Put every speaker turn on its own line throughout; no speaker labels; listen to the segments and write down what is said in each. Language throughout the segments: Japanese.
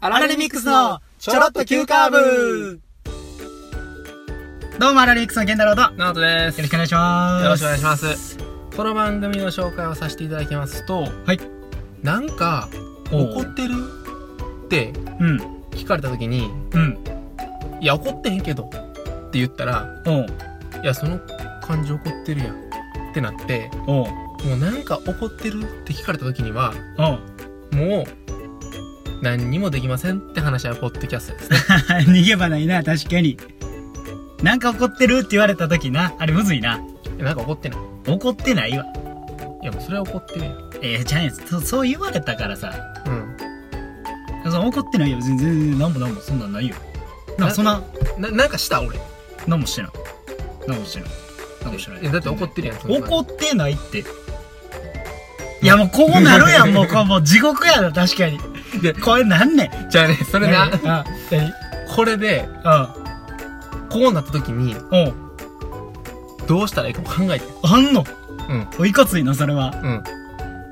アラレミックスのちょろっと急カーブどうも、アラレミックスのケンタロウと、よ
ナオトです。
ろしくお願いします。
よろしくお願いします。この番組の紹介をさせていただきますと、
はい
なんか、
おう
怒ってるって
うん、
聞かれた時に、
うん、
いや、怒ってへんけどって言ったら、
おう、
いや、その感じ怒ってるやんってなって、
おう、
もうなんか怒ってるって聞かれた時には、
おう。
もう、何にもできませんって話はポッドキャスト ですね。
逃げ場ないな、確かに。なんか怒ってるって言われた時な、あれむずいな。
いやなんか怒ってない。
怒ってないわ。
いや、もうそれは怒ってるやん。
えー、じゃあねそ、そう言われたからさ、
う
その怒ってないよ。全然、全然、なんもなんも、そんなんないよ。なんかそんな、
ん。な、なんかした俺。
なんもしてない。なんもしてない。なんもしてない。
えだって怒ってるやんそんなん
怒ってないって。いやもうこうなるやん、もう、こうもう地獄やな、確かに。
で
これなんねん。
じゃあね、それな、
あ、
これで、
あ、
こうなった時に、
うん、うん。
どうしたらいいかも考えて。
あんの
うん。
おいかついの、それは。
うん。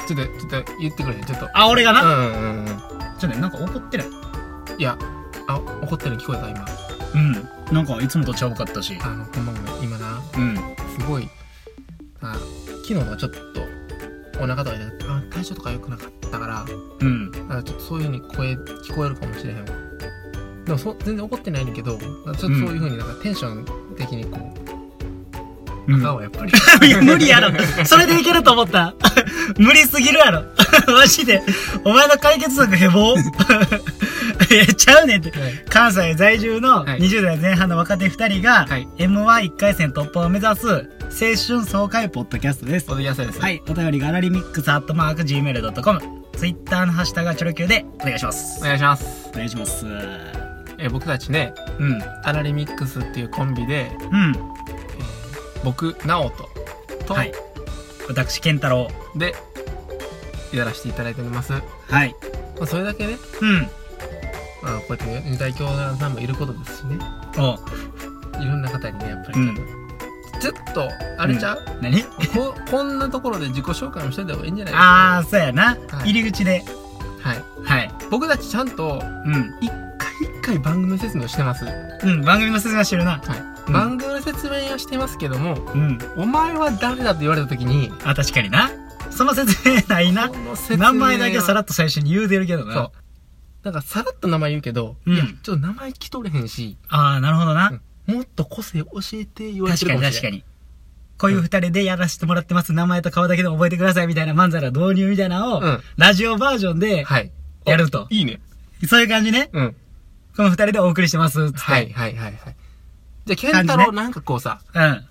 ちょっと、ちょっと言ってくれて、ちょっと。
あ、俺がな。
うんうんうん。
ちょっとね、なんか怒ってない。
いや、あ、怒ってるの聞こえた今。
うん。なんか、いつもとちゃうかったし。
あの、ほんまごめん。今な、
うん。
すごい、あ、昨日はちょっと、お腹とか痛くて、あ、体調とか良くなかったから、
うん。
あちょっとそういう風に声、聞こえるかもしれへんわ。でもそ、全然怒ってないねんけど、ちょっとそういう風になんかテンション的にこ
う
う、
ん
赤はやっ ぱり。
いや、無理やろ。それでいけると思った。 無理すぎるやろ。 マジで。お前の解決策ヘボ いや、ちゃうねんって。
はい
関西在住の
はい
20代前半の若手2人が、
はい
M11 回戦突破を目指す青春爽快ポッドキャストです。
おでやすいです。
は。い、お便りがアラリミックスアットマーク Gmail.com。Twitter のハッシュタグはチョロ Q でお願いしま
お
す。
願いします。
お願いします。うん。
えー僕たちね、アラリミックスっていうコンビで、
うん。
えー僕、ナオトと、
はい。私、ケンタロ
で、やらせていただいております。ま
ウ。はい。
あ、それだけね、
うん。
まあ、こうやって代表さんもいることですしね、
おう
いろんな方にね、やっぱりちょっと、ちょっと、あれちゃう、
何
こ こんなところで自己紹介もしてた方がいいんじゃない
あー、そうやな。
はい
入り口で。
はい。
はい。
僕たちちゃんと、
うん。
一回一回番組説明をしてます。
うん、番組の説明してるな。うん
番組の説明をしてますけども、
うん。
お前は誰だって言われた時に、
あ、確かにな。その説明ないな
こ。の説明は
名前だけさらっと最初に言うてるけどな。
そう。なんかさらっと名前言うけど、
うん
いや、ちょっと名前聞き取れへんし、
ああ、なるほどな。
もっと個性教えて言われて
確かに
るかもしれない。
確かに。こういう二人でやらせてもらってます。名前と顔だけでも覚えてくださいみたいな漫才の導入みたいなのを、
うん
ラジオバージョンで、
はい。
やると
おいいね。
そういう感じね。
うん。
この二人でお送りしてます。つって。
はい、はい、はい、はい。じゃあ、ケ
感
ン
じ
タ
ね
ロウなんかこうさ、
うん。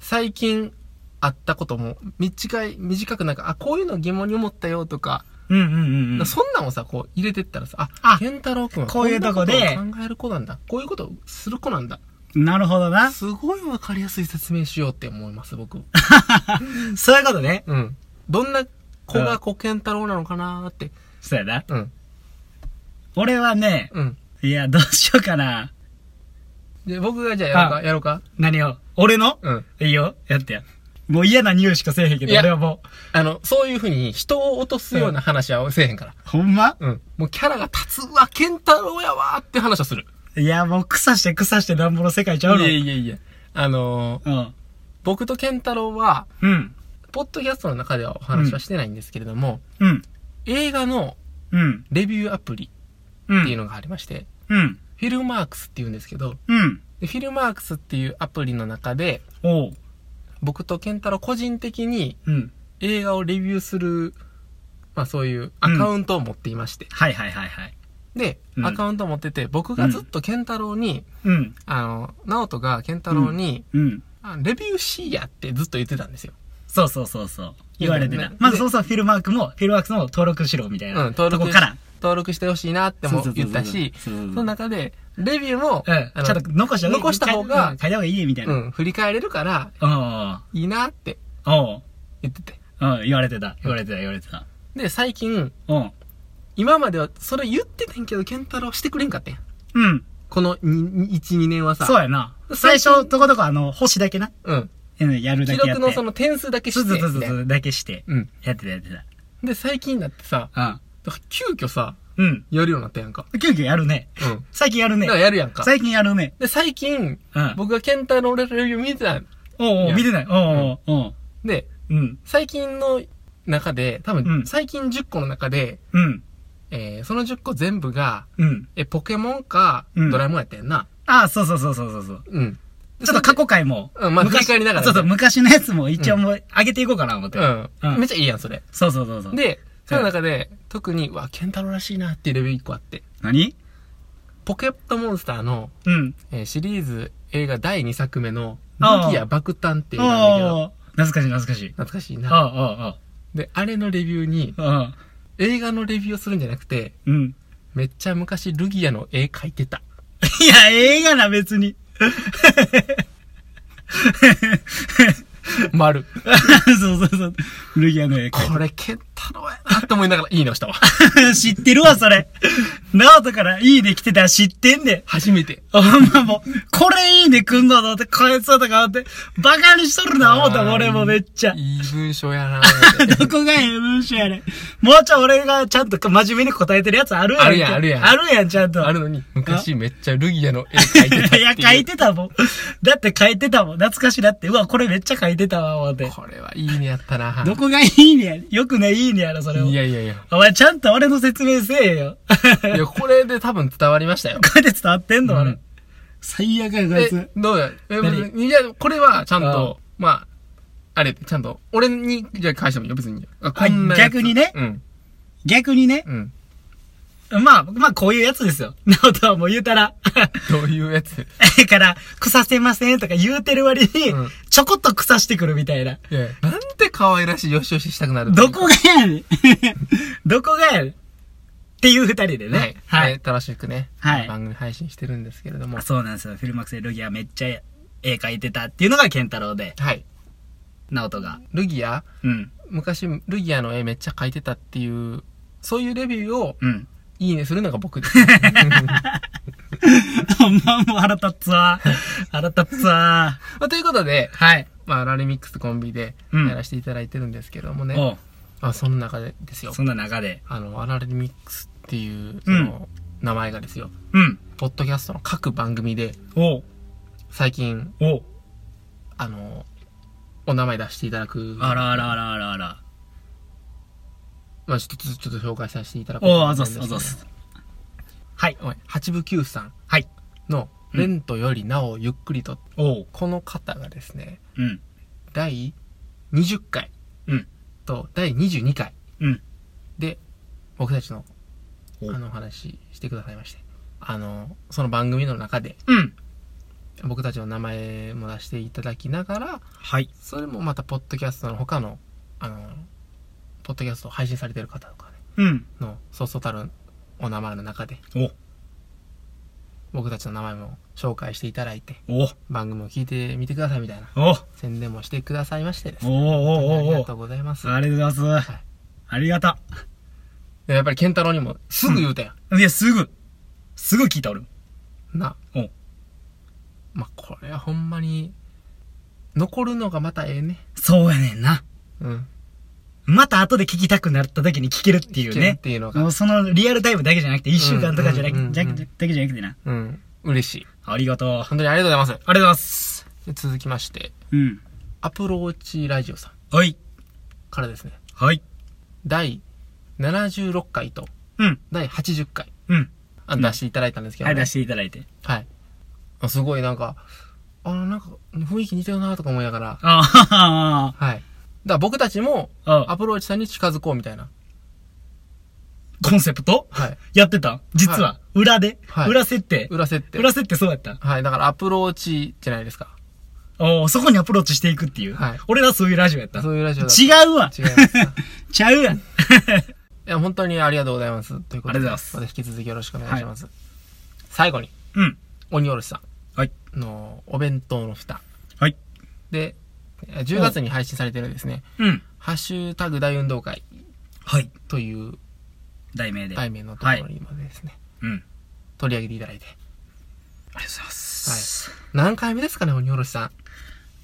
最近あったことも、短い、短くなんか、あ、こういうの疑問に思ったよとか、
うんうんうんうん。
そんなんをさ、こう入れてったらさ、あ、
あ
ケンタロウくんは
こういうとこで
んなとを考える子なんだ。こういうことをする子なんだ。
なるほどな。
すごいわかりやすい説明しようって思います、僕。
そういうことね。
うん。どんな子がこう、ケンタロウなのかなーって。
そうやな。
うん。
俺はね、
うん。
いや、どうしようかな。
で、僕がじゃあやろう
あ
か、やろうか。
何を俺の、
うん。
いいよ。やってや。もう嫌な匂いしかせえへんけど、
いや
俺はも
あの、そういうふうに人を落とすような話はせえへんから。
う。ほんま
うん。もうキャラが立つわ、ケンタロウやわーって話をする。
いや、もう草して草してなんぼの世界ちゃうの。
いやいやいや。あのー、
うん。
僕とケンタロウは、
うん。
ポッドキャストの中ではお話はしてないんですけれども、
うん。
映画の
うん。
レビューアプリ
うん。
っていうのがありまして、
うん。
フィルマークスっていうんですけど、
うん。
でフィルマークスっていうアプリの中で、
おう。
僕とケンタロウ個人的に
うん。
映画をレビューする、まあそういうアカウントを持っていまして。
はいはいはいはい。
で、
うん
アカウントを持ってて、僕がずっとケンタロウに、
うん。
あの、ナオトがケンタロウに、
うん。
あレビューしいやってずっと言ってたんですよ。
そうそうそうそう。言われてた
ね。
まずそうそう、フィルマークも、フィルマークスも登録しろみたいな。
うん登録
とこから。
登録してほしいなっても
そうそうそう
言っ
そう
たし、
そう
そ
そうそう
の中で、レビューも、
う
あ
ん。
の
ちょっと残した
残した方が
うん書いた方がいいみたいな。
う
うん。
ん、振り返れるから、
お
いいなって
お
言ってて。
うん。言われてた。言われてた、言われてた。
で、最近、
うん。
今まではそれ言ってたんけど、ケンタロウしてくれんかったやん。
うん。
この1、2年はさ、
そうやな。最
最
初、とことこ、あの、星だけな。
うん。
うん、やるだ
記
けやって。
録のその点数だけ
そう
して
そうそう
みたい
そ
な
う、だけして。
うん。
やってた、やって
で、最近になってさ、
た。うん。
急遽さ、
うん。
やるようになったやんか。
キュンキュンやるね。
うん。
最近やるね
だか。らやるやんか。
最近やるね。
で、最近、
うん。
僕がケンタロウのレビュー見てたん
おうお、
いうや
見てない。おうおう、おう
で、
うん。
最近の中で、多
うん
分、最近10個の中で、
うん。
えー、その10個全部が、
うん。
え、ポケモンか、
うん
ドラえもんやったやんな。
ああ、そうそうそうそうそうそう。
うん。
ちょっと過去回も。
うんまあ
昔
振り返りながらね
そうそう、昔のやつも一応もう上げていこうかな思って。
う
うん
ん。めっちゃいいやん、それ。
そうそうそうそう。で、
で、その中で、特に、うわ、ケンタロウらしいなっていうレビュー1個あって、
何
ポケットモンスターの、
うん。
えーシリーズ映画第2作目の、
ああ
武器や爆弾っていう
お
のがあるんだけど、
う懐かしい懐かしい。
懐かしい
あ
な。
あ、あ
で、あれのレビューに、
あ、ああ。
映画のレビューをするんじゃなくて、
うん。
めっちゃ昔ルギアの絵描いてた。
いや、映画な、別に。
丸。
そうそうそう。ルギアの映画。
これ、ケンタロウやなって思いながら、いいのしたわ。
知ってるわ、それ。 ナオトからいいね来てたら知ってんで。
初めて。
ほんまもう、これいいね来んのと思って、こいつだとか思って、バカにしとるな、思ったもん俺もめっちゃ。
いい文章やな
どこがええ文章やねん。もうちょい俺がちゃんと真面目に答えてるやつあるやんけ。
あるやんあるやん
あるやん、ちゃん と。
あるのに、昔めっちゃルギアの絵描いてたってい。
いうや、書いてたもん。だって書いてたもん。懐かしいなって。うわ、これめっちゃ書いてたわ、思って。
これはいいねやった な
どこがいいねや。よくね、いいねやろ、それを
い。やいやいや。
お前、ちゃんと俺の説明せえよ。 こう
いや、これで多分伝わりまし たよ。
やって伝わってんの、あ
う
れ
ん。
最悪や、こい
え
つ、。
どうやえ
何
いや、これはちゃんと、
う
まあ、あれ、ちゃんと、俺に、じゃあ返してもいいよ、別に。あ
あ
やつ
逆にね
うん。
逆にね。
うん。
まあ、まあ、こういうやつですよ。 なおとはもう言うたら。
どういうやつ
だから、腐せませんとか言うてる割に
うん、
ちょこっと腐してくるみたいな。
いや、なんて可愛らしいよしよししたくなる
どこがやねん どこがやねんっていう二人で
ね
ね。。は
はいい。。楽しくね。
はい
番組配信してるんですけれども
あ。そうなんですよ。フィルマックスでルギアめっちゃ絵描いてたっていうのがケンタロウで、
はい。
ナオトが。
ルギア
うん。
昔、ルギアの絵めっちゃ描いてたっていう、そういうレビューを、
うん。
いいねするのが僕 です。
ほんまもう腹立つ わ。腹立つわ。
まあということで、
はい。
まあ、ラリミックスコンビで
うん
やらせていただいてるんですけどもね、
おう
まあ、その中でですよ
そんな中で。
あのラリミックスっていうその名前がですよ、
うん。
ポッドキャストの各番組で
おう
最近
おう
あのお名前出していただく
あらあらあらあらあら。
まあ、ちょっとちょっと紹介させていただこう
おうあざ
と
っ
思
す、
う
あ
ん
ざっ
です
す。はい
け。どはい八部九さん
はい。
の「
うん
レントよりなおゆっくりと」
おう。
この方がですね
うん。
第20回
うん。
と第22回
うん。
で僕たちのあ
お
のお話ししてくださいましてあのその番組の中で
うん。
僕たちの名前も出していただきながら
はい。
それもまたポッドキャストの他のあのポッドキャストを配信されてる方とかね
うん。
のそうそうたるお名前の中で
おう
僕たちの名前も紹介していただいて
おう
番組を聞いてみてくださいみたいな
おう
宣伝もしてくださいましてです
お
ね
お
あ
おお
り
お
がとうございます
ありがとうございま
は
す
い。
ありがと
でやっぱり健太郎にもすぐ言うたやん、
う。いや、すぐ、すぐ聞いたおる。
な
うん
まあこれはほんまに残るのがまたええね
そうやねんな。
うん
また後で聞きたくなった時に聞けるっていう
聞けるっ
ね。
ていうのが
もうそのリアルタイムだけじゃなくて、一週間とかじゃな
うんうんうんう
く
ん
じゃじゃだけじゃなくてな。
うん嬉しい
ありがとう。あ
本当にありがとうございます
りがとうございます。
で続きまして
うん。
アプローチラジオさん
はい。
からですね
はい。
第76回と
うん。
第80回
うん。
あ出していただいたんですけど、
は
ね
い、出していただいて。
はいあすごいなんかあなんか雰囲気似てるなとか思いながら
ああ、
はいだから僕たちも
あ
アプローチさんに近づこうみたいな
コンセプト
はい
やってた実は。裏で
はい
裏設定。
裏設定
裏設定そうやった。
はいだからアプローチじゃないですか
おーそこにアプローチしていくっていう
はい。
俺らそういうラジオやった。
そういうラジオだと違い
違うわ
ますかい
ちゃうやん。
や本当にありがとうございますとい
あ
うことで
りがとうございます
た引き続きよろしくお願いします、最後に
うん。
鬼おろしさ
はい。
んのお弁当の蓋
はい。
で、えー10月に配信されてるですね、
うん。
ハッシュタグ大運動会
はい。
という
題名で。
題名のところに今ですね、
うん。あり
取り上げていただいて。
がとうございます。
何回目ですかね、鬼おろしさ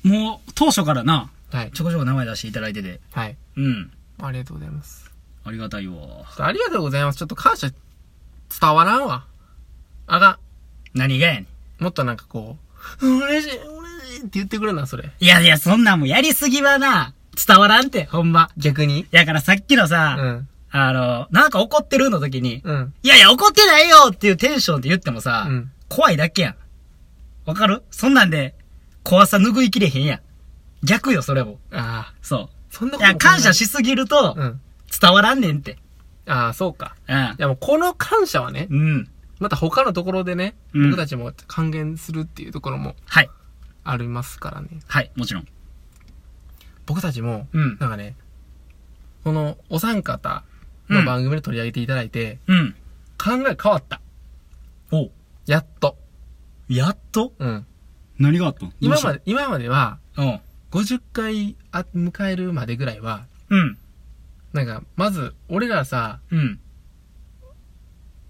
もう、当初からな、
ん。はい。
ちょこちょこ名前出していただいてて。
はい。
うん。
ありがとうございます。
ありがたいわ
ちょ。っとありがとうございます。ちょっと感謝伝わらんわ。あが
何がやねん。
ん。もっとなんかこう、うん嬉しい、嬉しいって言ってくれな、それ。
いやいや、そんなんもうやりすぎはな、伝わらんて、ほんま。
逆に
やからさっきの
う
さ、
ん。
あの、なんか怒ってるの時に、
うん。
いやいや、怒ってないよっていうテンションで言ってもさ、
うん
怖いだけやん。わかるそんなんで、怖さ拭いきれへんやん。逆よ、それも。
ああ。
そ
そんな
う。い
こと
や、
も考え
感謝。しすぎると
う、ん。
伝わらんねんって。
ああ、そうか。
うん
い。やもうこの感謝はね、
うん。
また他のところでね、
うん
僕たちも還元するっていうところも
はい。
ありますからね。
はい、もちろん。
僕たちも、
うん
なんかね、このお三方の番組で取り上げていただいて、
うん。
考え変わった。
お
やっと。
やっと
うん。
何があったの
今ま
で。
で、今までは、
うん。
50回あ迎えるまでぐらいは、
うん。
なんか、まず、俺らさ、
うん。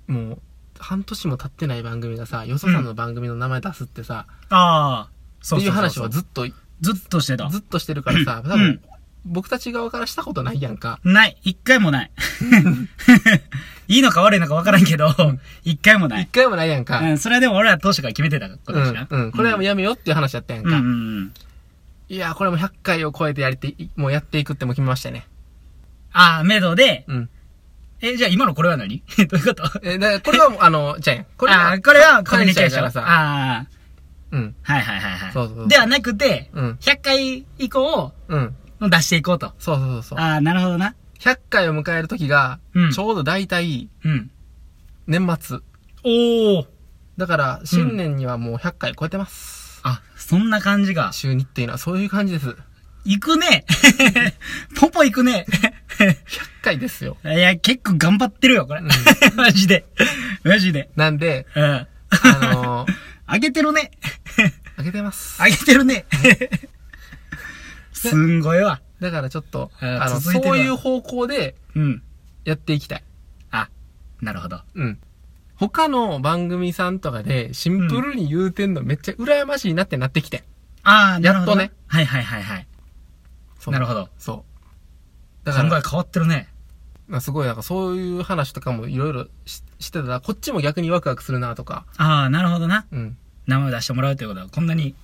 もう、半年も経ってない番組がさ、よそさんの番組の名前出すってさ、
ああ。そ
っ
う
て
そう
いう
そう
話
そ
は
う
ずっと、ず
ずっとしてた。
っとしてるからさ、
うん
多分、僕たち側からしたことないやんか。
ない。一回も ない。いいのか悪いのか分からんけど、一回もな
一
い。
回もないやん
う
か。
ん、それはでも俺ら当初から決めてたこと
う。。
でしなん
うん。これはもうやめようっていう話だったやん
うん、うん、
か。
うん。
いや、これも100回を超えてやりてい、もうやっていくってもう決めましたね。
ああ、めどで、
うん。
え、じゃあ今のこれは何 どういうこと
え、だからこれはもう、あの、じゃあやん。こ
こ
れは、
あーこれはコミュニケーション。
感謝やからさ。
ああ、
うん。
はいはいはいはい。
そうそうそう
ではなくて、
うん。
100回以降
うん。
の出していこうと。
そうそうそうそう。
ああ、なるほどな。
100回を迎える時が
うん、
ちょうど大体、
うん。
年末。
おお。
だから、新年にはもう100回超えてます。
あ、そんな感じが。
週2っていうのはそういう感じです。100
行くね。 ポポ行く ね。
回ですよ。
いや、結構頑張ってるよ、これ。 マジで。マジで。
なんで、
うん。
あのー、
あげてるね。
あげてます。
あげてるね。 すんごいわ。
だからちょっと、
うん
あの、
続いてる
そ
わ
ういう方向で
うん。
やっていきたい。
あ、なるほど。
うん。他の番組さんとかでシンプルに言うてんのめっちゃ羨ましいなってなってきてん。
ああ、なるほど。
やっと。
はいはいはいはい。
そう
なるほど。
そう。だ
考
か
え
ら、
変わってるね。
まあすごいなんかそういう話とかもいろいろししてたら、こっちも逆にワクワクするなとか。
ああ、なるほどな。
うん。
名前を出してもらうということは、こんなに。
い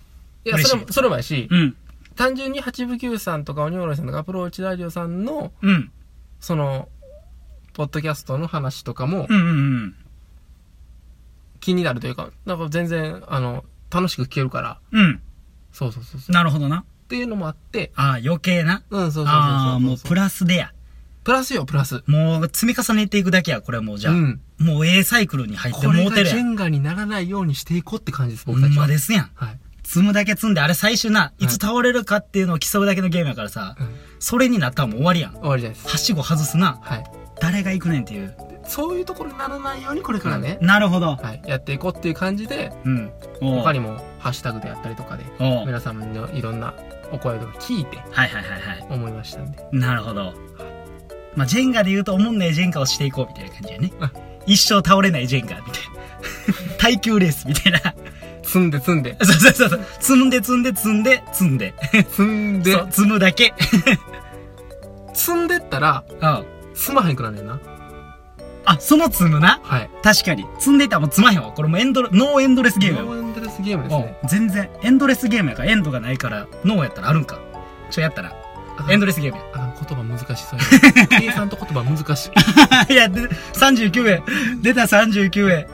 や、
嬉しい
それも、それもやし、
うん。
単純に八部九さんとか鬼おろしさんとかアプローチラジオさんの、
うん。
その、ポッドキャストの話とかも
うんうんうん。
気になるというか、なんか全然、あの、楽しく聞けるから、
うん。
そうそうそうそう。
なるほどな。
っていうのもあって、
ああ、余計な。
うん、そうそうそうそう
ああ、もうプラスでや。
プラスよ、プラス。
もう積み重ねていくだけや、これはもうじゃあ。
うん。
もう A サイクルに入って
こ
も
れ
うて
が
る
ジェ
やん。
ンガにならないようにしていこうって感じです、
ほ
僕た
ん
ちは。
まですやん。
はい。
積むだけ積んで、あれ最終な、
い
いつ倒れるかっていうのを競うだけのゲームやからさ、
うん
それになったらもう終わりやん。
終わりです。
はしご外すな。
はい。
誰が行くねんっていう。
そういうところにならないように、これからね、
なるほど。
はい、やっていこうっていう感じで、
うん。おう
他にもハッシュタグであったりとかで、
おう
皆様のいろんなお声とか聞いて
はいはいはいは
思いましたんで。
い。なるほど。まあ、ジェンガで言うと、おもんないジェンガをしていこうみたいな感じやね
あ。
一生倒れないジェンガみたいな。 耐久レースみたいな。
積んで積んで、
そうそうそうそう。積んで積んで積んで積んで。
積んで
そ、う積むだけ。
積んでったら、
うん。
積まへんくなんねんな。
あ、その積むな。
はい。
確かに。積んでたらもう積まへんわ。これもうエンドレ、ノーエンドレスゲームやわ
ノーエンドレスゲームですね。
うん全然エンドレスゲームやからエンドがないからノーやったらあるんかちょやったらエンド
レ
レスゲームや
あ、言葉難しそうやな。計算と言葉難しい。
いやで39円出た39円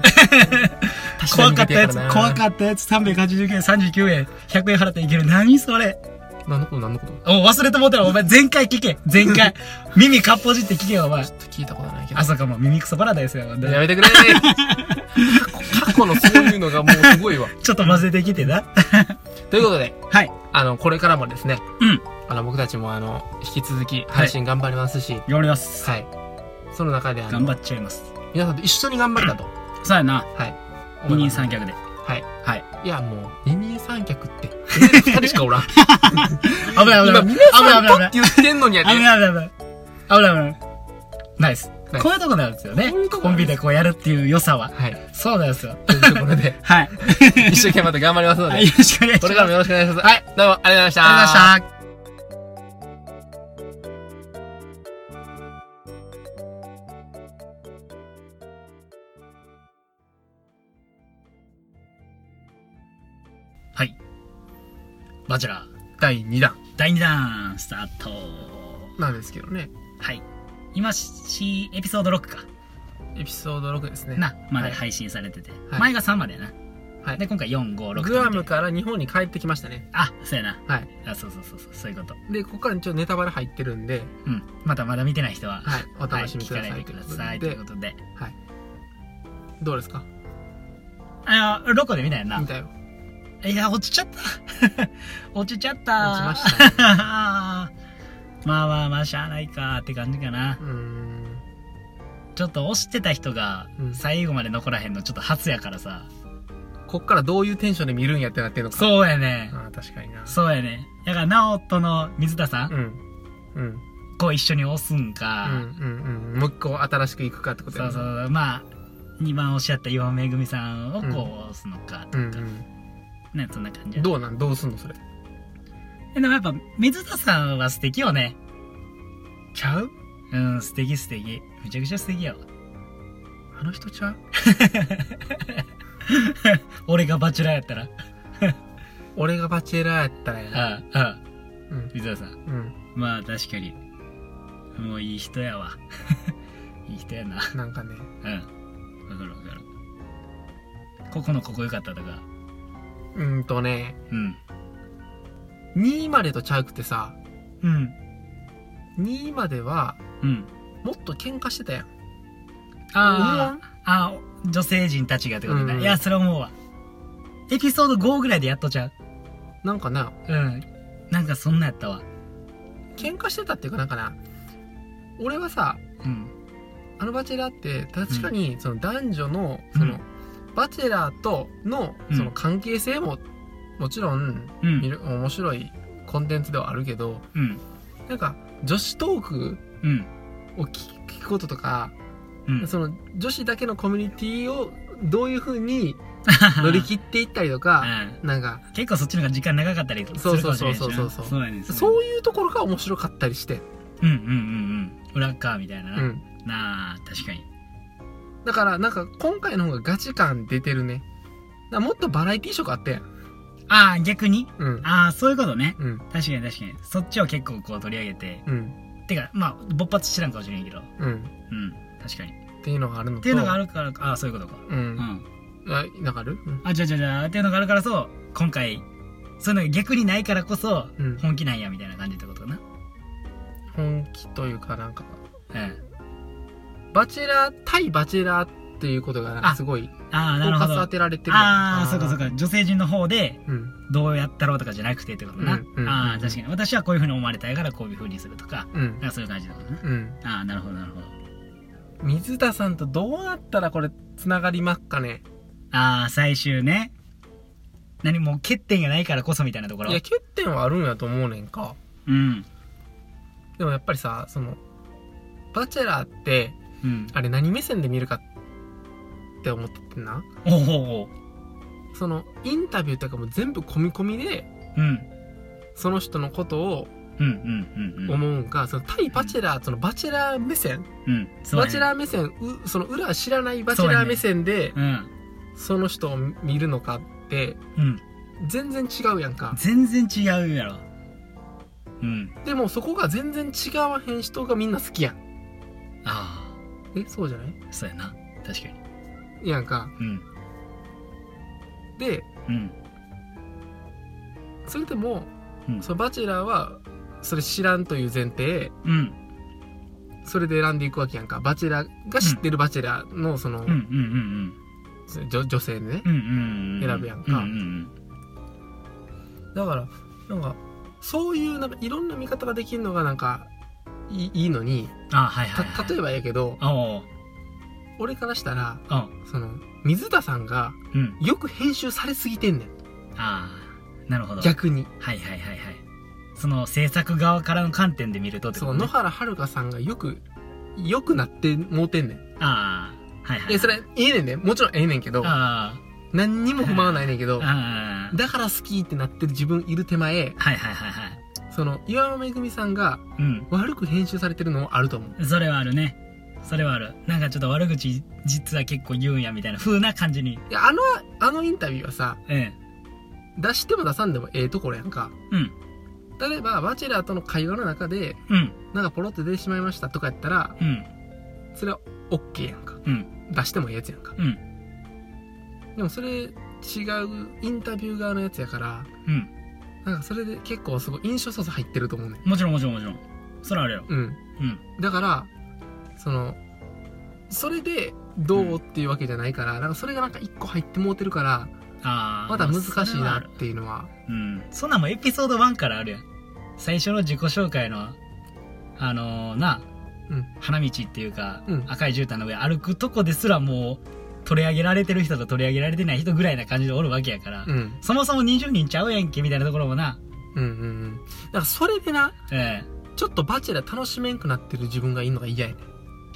怖かったやつ怖
っ
かったやつ389円39円100円払っていける何それ
た。何のこと何のことちょ
お忘れてもうたらお前前回聞け前 回耳かっぽじって聞けよお前
っと聞いたことないけど
あ。そこも耳クソパラダイスやわ
やめて くれ過去のそういうのがもうすご いわ。
ちょっと混ぜてきてな
ということで、
はい
あの、これからもですね、
うん
あの、僕たちもあの、引き続き配信頑張りますし、は
頑張ります、
い。その中で、あ
頑張
の、
っちゃいます
皆さんと一緒に頑張れたと。
そうやな
はい。
二人
ん。
三脚で
はい。
はい
いや、もう、二人三脚って、二人しかおらん。
危ない危ない危
今、
な
皆
い
さん
危
と
ない危ない
って言ってんのにや
危ない危ない危ない危ない危
で。
ないナイス
ナイス
こういうとこなんですよね
こういうとこ
コ
なん
ン
です
ビでこうやるっていう良さは
はい。
そうなんですよ
というとこ ろで、
はい、
一生懸命また頑張りますの
はい、
で、
よろしくお願いします
これからもよろしくお願いします。はい。どうも、ありがとうございました。
ありがとうございました
第2弾
第2弾、スタート。
なんですけどね
はい。今し、エピソード6か。
エピソード6ですね
な、まで
はい
配信されてて。
はい
前が3までやな。
はい
で、今回4、5、6と見て
グアムから日本に帰ってきましたね
あ、そうやな。
はい
あ、そうそうそうそう、そういうこと。
でここからちょっとネタバレ入ってるんで、
うん。またまだ見てない人は、
はい、お
はい
楽しみくださ
聞か
い、
ないでください。という
で
ことで。
どうですか
あの、ロコで見たよな
見。たよ
いや、落ちちゃった。 落ちちゃった。
落ちましたね
まあまあまあ、しゃあないかって感じかな
う。ーん
ちょっと押してた人が
うん
最後まで残らへんのちょっと初やからさ。
こっからどういうテンションで見るんやってなってるのかう
そうやね。
あー確かにな
そうやね。だから、ナオとの水田さん、
うんうん
こう一緒に押すん
うん
か。
うんうんもう一個新しく行くかってこと
そうそうう。まあ、2番押し合った岩めぐみさんをこう押すのかと
う
か。
ん、
ね、そんな感
う
じ
ん、
やね
どうなんどうすんのそれ
でもやっぱ、水田さんは素敵よね。
ちゃう
うん、素敵素敵。めちゃくちゃ素敵よ。
あの人ちゃう
俺がバチュラーやったら。
俺がバチェラーやったらやな
ああ、ああ、
うん
水田さん。
うん
まあ確かに。もういい人やわ。 いい人やな。
なんかね
うん。わかるわかる。ここのここ良かったとか。
うーんとね
うん。
2までとちゃうくてさ
うん。
2までは
うん。
もっと喧嘩してたやん
ああ、ああ、女性陣たちがってことね。
うん
いや、それ思うわ。エピソード5ぐらいでやっとちゃう。
なんかな
うん。なんかそんなやったわ。
喧嘩してたっていうかなんかな俺はさ
うん。
あのバチェラーって確かにその男女のその、
うん
バチェラーとの
うん
その関係性ももちろん
う
見
ん。
る面白いコンテンツではあるけど
うん。
なんか女子トーク
うん。
を聞聞くこととか、
うん。
その女子だけのコミュニティをどういうふうに乗り切っていったりとか、
うん
なんか
結構そっちの方が時間長かったりとかす
そう
るか
そ
も
う
しれ
そ
な
う
いしな。
そうそう
そうやねん。
そういうところが面白かったりして、
うんうんうんうん。裏っ側みたいな
う
な。
ん、
なあ、確かに。
だからなんか今回の方がガチ感出てるねだからもっとバラエティー色あったやん
ああ、逆に
うん
ああ、そういうことね。
うん
確かに確かに。そっちを結構こう取り上げて。
うん
てか、まあ、勃発してらんかもしれんけど。
うん
うん。確かに。っ
っていうのがあるのと
ていうのがあるから、ああ、そういうことか。
う
うんん。
あなんかあるうん
あ、じゃあじゃあじゃあっていうのがあるからそう、今回、そういうのが逆にないからこそ
うん、
本気なんやみたいな感じってことかな。
本気というかなんか
うん。
バチェラー対バチェラーっていうことがなんかすごい
ああ、
フ
な
ォ
るほ
ーカ
ど。
ス当
あ
てられてる
あー、そうかそうか。
か
女性陣の方で、
うん
どうやったろうとかじゃなくてってこと
う
な。
んうん
あ
う
あ、
ん
確かに。私はこういう風に思われたいからこういう風にするとか、
うん
なんかそういう感じだことな。
うん
ああ、なるほど、なるほど。
水田さんとどうなったらこれつながりますかね
ああ、最終ね。何もう欠点がないからこそみたいなところ。
いや欠点はあるんやと思うねんか
うん。
でもやっぱりさそのバチェラーって
うん。
あれ何目線で見るかって思っててんな
おうおうおう
そのインタビューとかも全部込み込みで
うん。
その人のことを
うんうんうんうん。
思うんか、その対バチェラーそのバチェラー目線
うん。そうや
バ
ね
チェラー目線うその裏知らないバチェラー目線で
うん。
その人を見るのかって
うん。
全然違うやんか
全然違うやろ。うん。
でもそこが全然違わへん人がみんな好きやん
あ
えそうじゃない
あ、そうやな。確かに。
やんか
うん。
で
うん。
それでも、
うん
そのバチェラーはそれ知らんという前提
うん。
それで選んでいくわけやんかバチェラーが知ってるバチェラーのその、
うんうんうん
その女女性でね
うん。うんうんうん。
選ぶやんか
うんうん
だからなんかそういうなんかいろんな見方ができるのがなんかいいいいのに
うん。ああ、はいはい、
た
はい。
例えばやけど
ば。おうおう
俺からしたら
おう
その水田さんが
うん。
よく編集されすぎてんねん
ああ、なるほど。
逆に
はいはいはいはい。その制作側からの観点で見るとってこ
そ
と
う
ね
野原遥さんがよくよくなってもうてんねん
ああ、はいはいはい。
えそれええねんねもちろんええねんけど
あ
何にも不満はないねんけ
あ、
ど
ああ、
だから好きってなってる自分いる手前
はいはいはいはい。
その岩間めぐみさんが
うん。
悪く編集されてるのもあると思う
それはあるね。それはある。なんかちょっと悪口実は結構言うんやみたいな風な感じに。
いやあのあのインタビューはさ
うん。
出しても出さんでもええところやんか
うん。
例えばバチェラーとの会話の中で
うん
なんかポロって出てしまいましたとかやったら
うん
それは OK やんか
うん
出してもええやつやんか
うん
でもそれ違うインタビュー側のやつやから
うん
なんかそれで結構すごい印象操作入ってると思うねん
もちろんもちろんもちろんそれはあれよ
うん
うん
だからそのそれでどうっていうわけじゃないから、なんかそれがなんか一個入ってもうてるから
ああ
まだ難しいな
それはある
っていうのは
うんそんなんもエピソード1からあるやん最初の自己紹介のあのーな、
うん
花道っていうか、
うん
赤い絨毯の上歩くとこですらもう取り上げられてる人と取り上げられてない人ぐらいな感じでおるわけやから、
うん
そもそも20人ちゃうやんけみたいなところもな
うんうんうんだからそれでな
ええ
ちょっとバチェラー楽しめんくなってる自分がいいのが嫌やね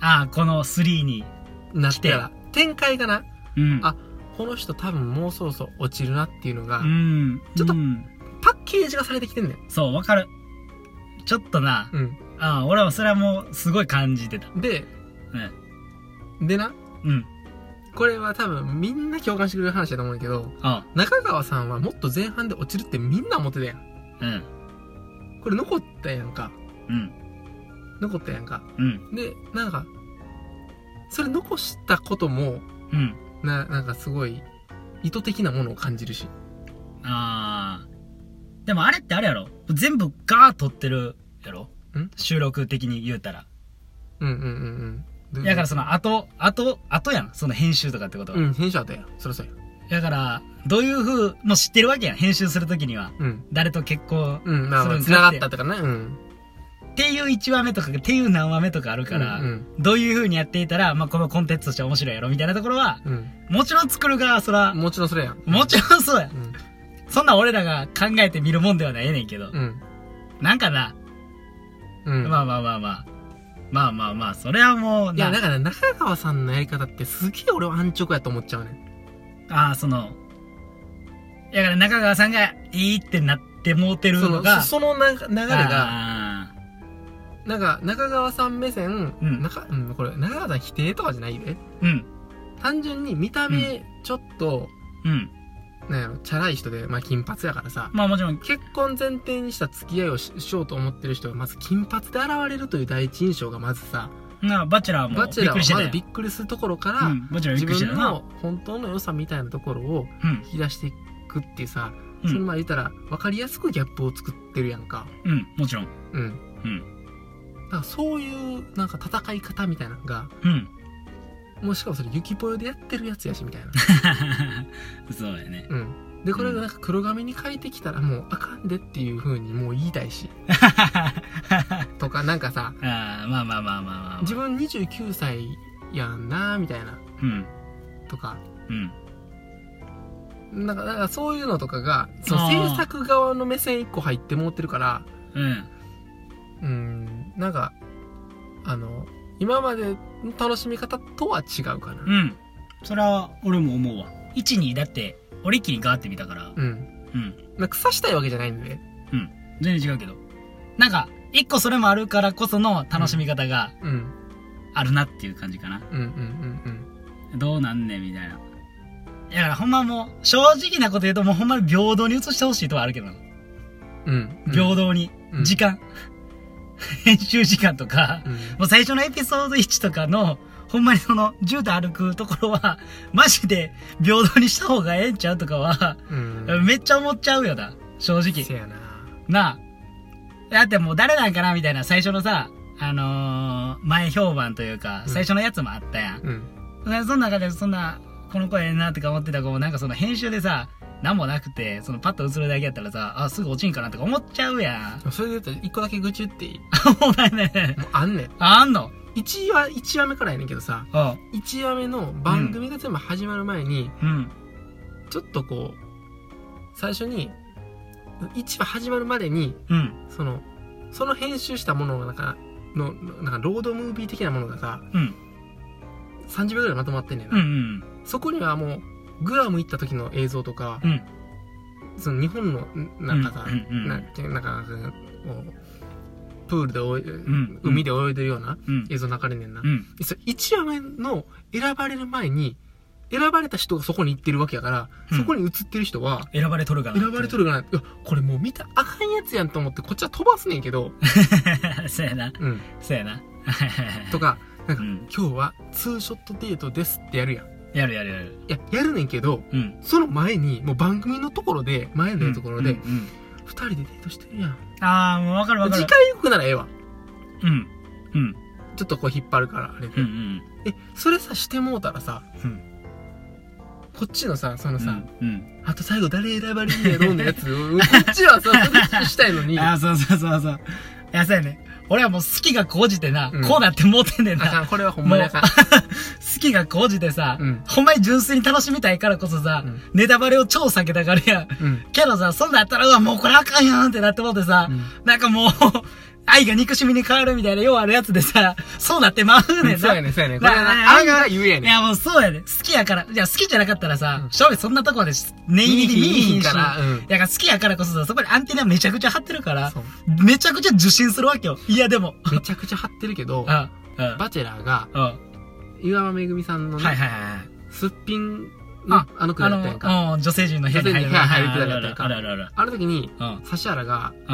ああこの3に
んなったら展開がな
うん
あこの人多分もうそろそろ落ちるなっていうのが、
うん
ちょっと
うん
パッケージがされてきてんねん、
そうわかるちょっとな、
う
ああ俺はそれはもうすごい感じてた
ん、で
え
でな
えうん
これは多分みんな共感してくれる話だと思うんやけど
あ
中川さんはもっと前半で落ちるってみんな思ってたやん
あうん
これ残ったやんか
うん
残ったやんか
うん
でなんかそれ残したことも
うん
ななんかすごい意図的なものを感じるし
ああ。でもあれってあれやろ全部ガーッ撮ってるやろ
ん
収録的に言うたら。
うんうんうんうん
だからその後、後、後やん。その編集とかってことは。
うん編集あったやんそりゃそうや
だから、どういう風、もう知ってるわけやん。編集するときには。
うん
誰と結婚
うんまあまあ
そう
繋がったとかねうん
っていう1話目とか、っていう何話目とかあるから、
うんうん
どういう風にやっていたら、まあ、このコンテンツとして面白いやろみたいなところは、
うん
もちろん作る側はそら、
もちろんそれやん
もちろんそうや。
うん
そんなん俺らが考えてみるもんではないねんけど。
うん
なんかな、
うん
まあまあまあまあ。まあまあまあ、それはもう
い
な
や、だから中川さんのやり方ってすげえ俺は安直やと思っちゃうねん。
ああ、その、いやだから中川さんがいいってなってもうてる
そ
の
の、
が、
そそのな流れが、
あー
なんか中川さん目線、
うん
中、うん、これ中川さん否定とかじゃないで。
うん、
単純に見た目ちょっと、
うん。
なんやろ、チャラい人で、まあ金髪やからさ、
まあもちろん、
結婚前提にした付き合いをししようと思ってる人がまず金髪で現れるという第一印象がまずさ、
なバチェラーも
バチ
びっ
ェラ
くりし
ー
てたよ
はまず。びっくりするところか
う
ら、
ん、バチェラーび
自
っくりしてた
分
よな
の。本当の良さみたいなところを
うん、
引き出していくっていうさ、
うん
そのまあ言ったら分かりやすくギャップを作ってるやんか。
うん、もちろん。
うん。
うん、
だからそういうなんか戦い方みたいなのが
うん。
もうしかもそれ雪ぽよでやってるやつやしみたいな、
そうやね。
うん、でこれがなんか黒髪に変えてきたらもうあかんでっていう風にもう言いたいしとかなんかさ
あーまあまあまあまあまあ、ま
自
あ。
分29歳やんなみたいな
うん、
とか
うん。
なんかなんかそういうのとかがその
あー
制作側の目線1個入ってもうてるから
うん、
うんなんかあの今までの楽しみ方とは違うかな
うん。それは俺も思うわ。1、2、だって、俺一気にガーって見たから、
うん
うん。
なんか刺したいわけじゃないんでね
全然違うけど。なんか、一個それもあるからこその楽しみ方が
うん
あるなっていう感じかな。
うんうんうんうん
どうなんねんみたいな。いやだからほんまもう、正直なこと言うともうほんまに平等に移してほしいとはあるけどな。
うん。
平等に。
うん
時間。 編集時間とか、
うん
もう最初のエピソード1とかの、ほんまにその、絨毯歩くところは、マジで平等にした方がええんちゃうとかは、
うん。
めっちゃ思っちゃうよな。正直。
せやな。
なあ。だってもう誰なんかなみたいな最初のさ、あのー前評判というか、
うん
最初のやつもあったやん。
うん。
でその中でそんな、この子ええなとか思ってた子もなんかその編集でさ、なんもなくて、そのパッと映るだけやったらさ、あ、すぐ落ちんかなとか思っちゃうやん。
それで言うと、一個だけ愚痴っていい
お前ね。
もうあんねん。
あ、あんの
1話、一話目からやねんけどさ、
あ
1話目の番組が全部始まる前に、
うん。
ちょっとこう、最初に、1話始まるまでに、
うん。
その、その編集したものの中の、なんかロードムービー的なものがさ、
うん。
30秒ぐらいまとまってんねん
うん。う
な。
ん。
そこにはもう、グアム行った時の映像とか、
うん。
その日本のなんかさ、
うんうんうん
なんてなんかこうプールで泳い、
ん
海で泳いでるような
うん。
映像流れんねんな、
うん。
それ1話目の選ばれる前に選ばれた人がそこに行ってるわけやから、
うん
そこに映ってる人は、
選ばれとるかな。
選ばれとるがない、いや、これもう見たらあかんやつやんと思って、こっちは飛ばすねんけど、
る。 そうやな。
うん。
そうやな。
とか、なんか、
うん
今日はツーショットデートですってやるやん。い
やるやるやる。
や、やるねんけど、
うん。
その前に、もう番組のところで、前のところで、
うんうんうん
二人でデートしてるやん。
ああ、もうわかるわか
次
る。
回行くならええわ。
うん。うん。
ちょっとこう引っ張るから、あれ
う
で。
んうん
え、それさ、してもうたらさ、
うん。
こっちのさ、そのさ、
うん。
あと最後誰選ばれるんやろうのやつ、こっ ちはさ、それしたいのに、
あ
あ
あ、そうそうそうそう。いや、そうやね。俺はもう好きが高じてな、
うん
こうなってもうてんねん
か
な。
ん、これはほんまにあかん。
好きが高じてさ、
うん
ほんまに純粋に楽しみたいからこそさ、
うん
ネタバレを超避けたがるやん。
うん。
けどさ、そんなんやったら、うわ、もうこれあかんやんってなってもうてさ、
う
なんかもう、愛が憎しみに変わるみたいな、ようあるやつでさ、そうなってまうねんな。
そうやねんそうやねんこ
な
れは
な
な、あんが言うや
い
ねん。
や、もうそうやね。好きやから。いや、好きじゃなかったらさ
う、ん
正直そんなとこで念入りに見え
い
へ
い
んし。
から、う
だから好きやからこそさ、そこにアンテナめちゃくちゃ張ってるから
ん。、そう。
めちゃくちゃ受信するわけよ。いや、でも。
めちゃくちゃ張ってるけど、
あ、うん。
バチェラーが、
うん。は
岩間めぐみさんの
い
ね、
はいはい。
すっぴん
あ
のあのく
あ
だりやったやんか。
の、うん女性陣の部屋に入る。
女性陣の部屋入るくだりやったやんか
あるあるあるある。
あの時に、
うん。
指原が、
うん。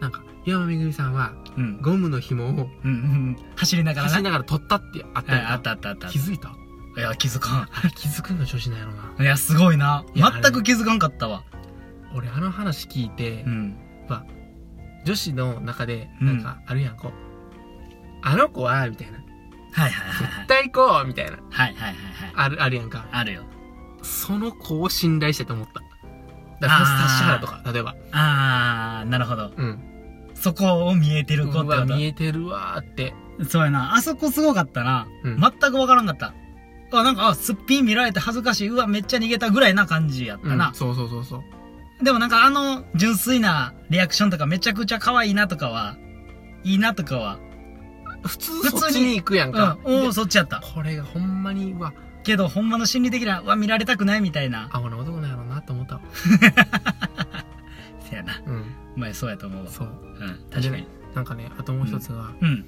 なんか、岩間めぐみさんは、
うん。
ゴムの紐を
うんうん。走りながら
走り
な。
ながら取ったってあった
はい
やんか
あったあったあった。
気づいた
いや、気づかん。
あれ気づくんが女子なんやろない
や、すごいな。
いやあれ
全く気づかんかったわ。
俺あの話聞いて、
うん。
女子の中で
うん
なんかあるやんこう、あの子はみたいな
はいはいはいはい
絶。対こうみたいな
はいはいはいはい。
あるあるやんか
あるよ。
その子を信頼したいと思っただから
あー
指原とか例えば
あー、なるほど。
うん
そこを見えてる子っ
う
て
わ
こ
見えてるわーって
とそうやな。あそこすごかったな。
うん
全くわからんかった。あ、なんか、あ、すっぴん見られて恥ずかしい。うわ、めっちゃ逃げたぐらいな感じやった
うん
な。
そうそうそうそう
でもなんかあの、純粋なリアクションとかめちゃくちゃ可愛いなとかは、いいなとかは、
普通
普通に
そっちに行くやんか、
うん、お
で
おー、そっちやった。
これがほんまにうわ
けど、ほんまの心理的な、うわ、見られたくないみたいな。
アホな男なんやろうなと思ったわ
せやな。
うん
お前そうやと思うわ。
そう
うん、確かに。
なんかねあともう一つが、
うん、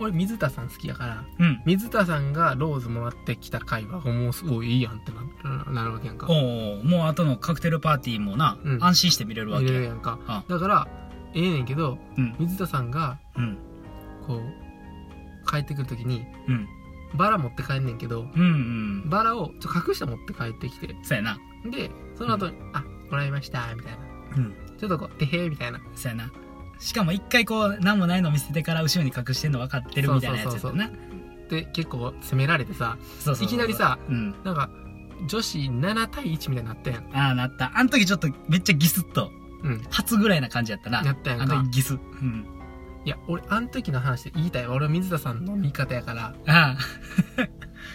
俺水田さん好きやから
うん。
水田さんがローズもらってきた回はもうすごいいいやんってななるわけやんか
おおもう後のカクテルパーティーもな、
うん
安心して見れるわ
見
け
れる
や
やんか
あ
だからええねんけど
うん
水田さんが
うん
こう帰ってくるときに
うん
バラ持って帰んねんけど
うんうん
バラをちょっと隠して持って帰ってきて
そうやな
でその後に「あもらいました」みたいな
うん
「ちょっとこうてへー」みたいな
そうやなしかも一回こう何もないの見せてから後ろに隠してんの分かってるみたいなやつやったな
で結構責められてさ
そうそうそう
いきなりさ
うん
なんか女子7対1みたいになったやん
ああなったあの時ちょっとめっちゃギスッと
うん
初ぐらいな感じやったな
やったやんか
あの時ギスうん
いや俺あの時の話で言いたいわ俺は水田さんの味方やから
ああ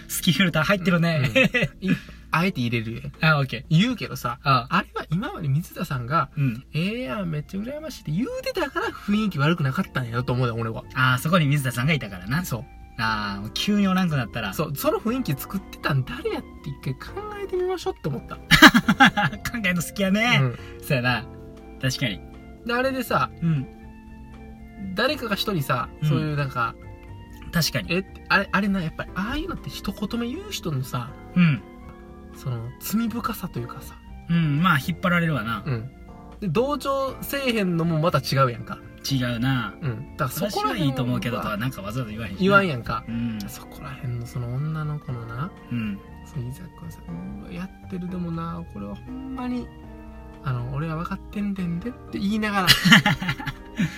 スキーフィ ルター入ってるね、
いあえて入れるよ
ああオッケー
言うけどさ
ああ
あれは今まで水田さんが
うん
「ええやんめっちゃ羨ましい」って言うてたから雰囲気悪くなかったんやろと思うよ俺は
ああそこに水田さんがいたからな
そ
ああもう急におらんくなったら
うそうその雰囲気作ってたん誰やって一回考えてみましょうって思った、
考えの好きやね、そうやな確かに
うん、であれでさ
うん
誰かが一人さ
うん
そういうなんか
確か
「
に
えってあれあれなやっぱりああいうのって一言目言う人のさ
うん
その罪深さというかさ
うんまあ引っ張られるわな、
うんで同情せえへんのもまた違うやんか
違うな
うんだからそ
そ
こ
こ
ら
は
辺
いいと思うけどと
は
はなんかわざわざ言わへんしな
言わんやんか
うん
そこら辺のその女の子のな
うん
その伊沢君さうわやってるでもなこれはほんまにあの俺は分かってんでんでって言いながら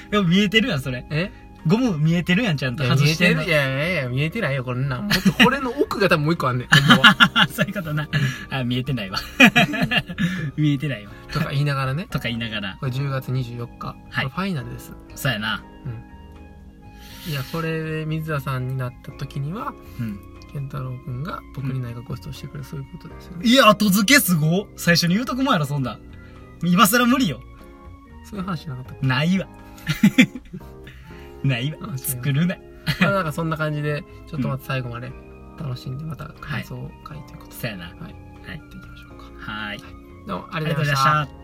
でも見えてるやんそれ
え
ゴム見えてるやんちゃん
い
と
や
外
見え
して
て
んの
るいやいやいや見えてないよこれなもっとこれの 奥が多分もう一個あんねんほん ま は
そういうことなあ見えてないわ 見えてないわ
とか言いながらね
とか言いながら
これ10月24日、
はい
これファイナルです
そうやない
やこれで水田さんになった時には
うん
健太郎君が僕に内閣ごちそうしてくれる、そういうことですよね
いや後付けすごっ最初に言うとこもやろそんなん今更無理よ
そういう話じゃなかっ
ないわ ない
あ違
わ
う
作るな
たかまあなんかそんな感じでちょっとまた最後まで楽しんでまた感想会ということで
そうやな
はい、
はい
やっていきましょうか
はい
どうもあ
あ
り
り
が
がとう
とうご
ございま
ざいまし
したた